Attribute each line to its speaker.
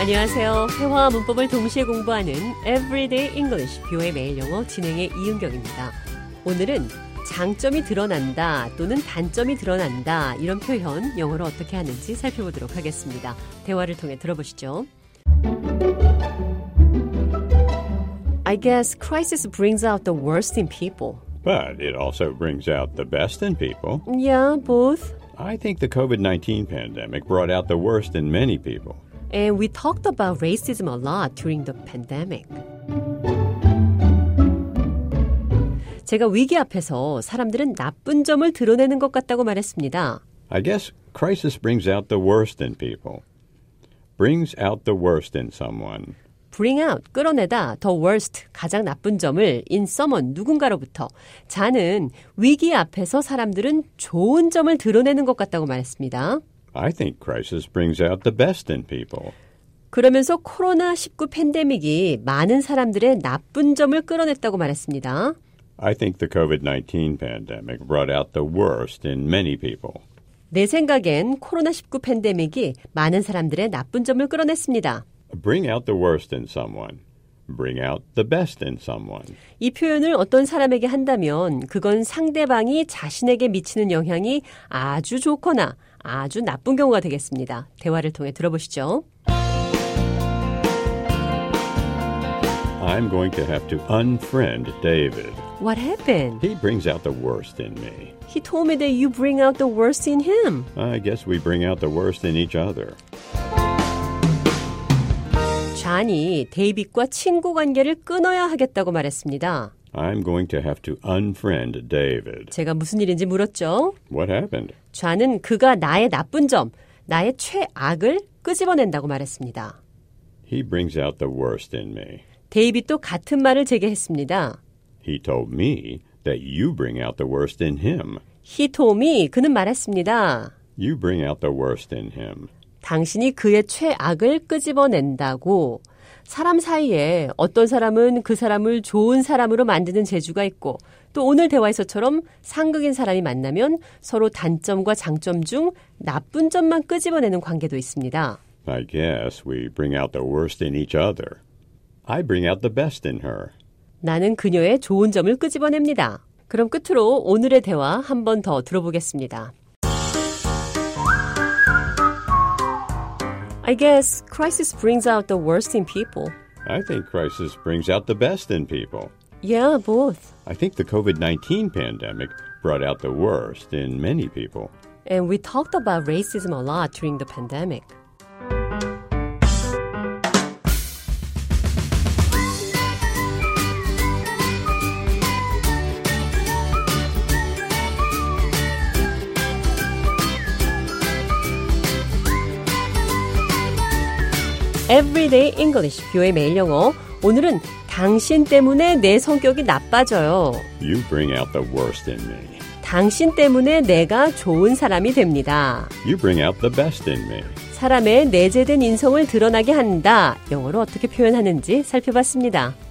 Speaker 1: 안녕하세요. 회화와 문법을 동시에 공부하는 Everyday English 뷰의 매일 영어 진행의 이은경입니다. 오늘은 장점이 드러난다 또는 단점이 드러난다 이런 표현 영어로 어떻게 하는지 살펴보도록 하겠습니다. 대화를 통해 들어보시죠. I guess crisis brings out the worst in people.
Speaker 2: But it also brings out the best in people.
Speaker 1: Yeah, both.
Speaker 2: I think the COVID 19 pandemic brought out the worst in many people.
Speaker 1: And we talked about racism a lot during the pandemic. 제가 위기 앞에서 사람들은 나쁜 점을 드러내는 것 같다고 말했습니다.
Speaker 2: I guess crisis brings out the worst in people. Brings out the worst in someone.
Speaker 1: bring out, 끌어내다, the worst, 가장 나쁜 점을 in someone, 누군가로부터. 자는 위기 앞에서 사람들은 좋은 점을 드러내는 것 같다고 말했습니다.
Speaker 2: I think crisis brings out the best in people.
Speaker 1: 그러면서 코로나19 팬데믹이 많은 사람들의 나쁜 점을 끌어냈다고 말했습니다.
Speaker 2: I think the COVID 19 pandemic brought out the worst in many people.
Speaker 1: 내 생각엔 코로나19 팬데믹이 많은 사람들의 나쁜 점을 끌어냈습니다.
Speaker 2: Bring out the worst in someone. Bring out the best in someone.
Speaker 1: 이 표현을 어떤 사람에게 한다면 그건 상대방이 자신에게 미치는 영향이 아주 좋거나 아주 나쁜 경우가 되겠습니다. 대화를 통해 들어보시죠.
Speaker 2: I'm going to have to unfriend David.
Speaker 1: What happened?
Speaker 2: He brings out the worst in me.
Speaker 1: He told me that you bring out the worst in him.
Speaker 2: I guess we bring out the worst in each other.
Speaker 1: 잔이 데이빗과 친구 관계를 끊어야 하겠다고 말했습니다.
Speaker 2: I'm going to have to unfriend David.
Speaker 1: 제가 무슨 일인지 물었죠.
Speaker 2: What happened?
Speaker 1: 좌는 그가 나의 나쁜 점, 나의 최악을 끄집어낸다고 말했습니다.
Speaker 2: He brings out the worst in me.
Speaker 1: 데이빗도 같은 말을 제게 했습니다.
Speaker 2: He told me that you bring out the worst in him.
Speaker 1: 히토미 그는 말했습니다.
Speaker 2: You bring out the worst in him.
Speaker 1: 당신이 그의 최악을 끄집어낸다고. 사람 사이에 어떤 사람은 그 사람을 좋은 사람으로 만드는 재주가 있고 또 오늘 대화에서처럼 상극인 사람이 만나면 서로 단점과 장점 중 나쁜 점만 끄집어내는 관계도 있습니다.
Speaker 2: I guess we bring out the worst in each other. I bring out the best in her.
Speaker 1: 나는 그녀의 좋은 점을 끄집어냅니다. 그럼 끝으로 오늘의 대화 한 번 더 들어보겠습니다. I guess crisis brings out the worst in people.
Speaker 2: I think crisis brings out the best in people.
Speaker 1: Yeah, both.
Speaker 2: I think the COVID 19 pandemic brought out the worst in many people.
Speaker 1: And we talked about racism a lot during the pandemic. Everyday English, 뷰의 매일 영어. 오늘은 당신 때문에 내 성격이 나빠져요.
Speaker 2: You bring out the worst in me.
Speaker 1: 당신 때문에 내가 좋은 사람이 됩니다.
Speaker 2: You bring out the best in me.
Speaker 1: 사람의 내재된 인성을 드러나게 한다. 영어로 어떻게 표현하는지 살펴봤습니다.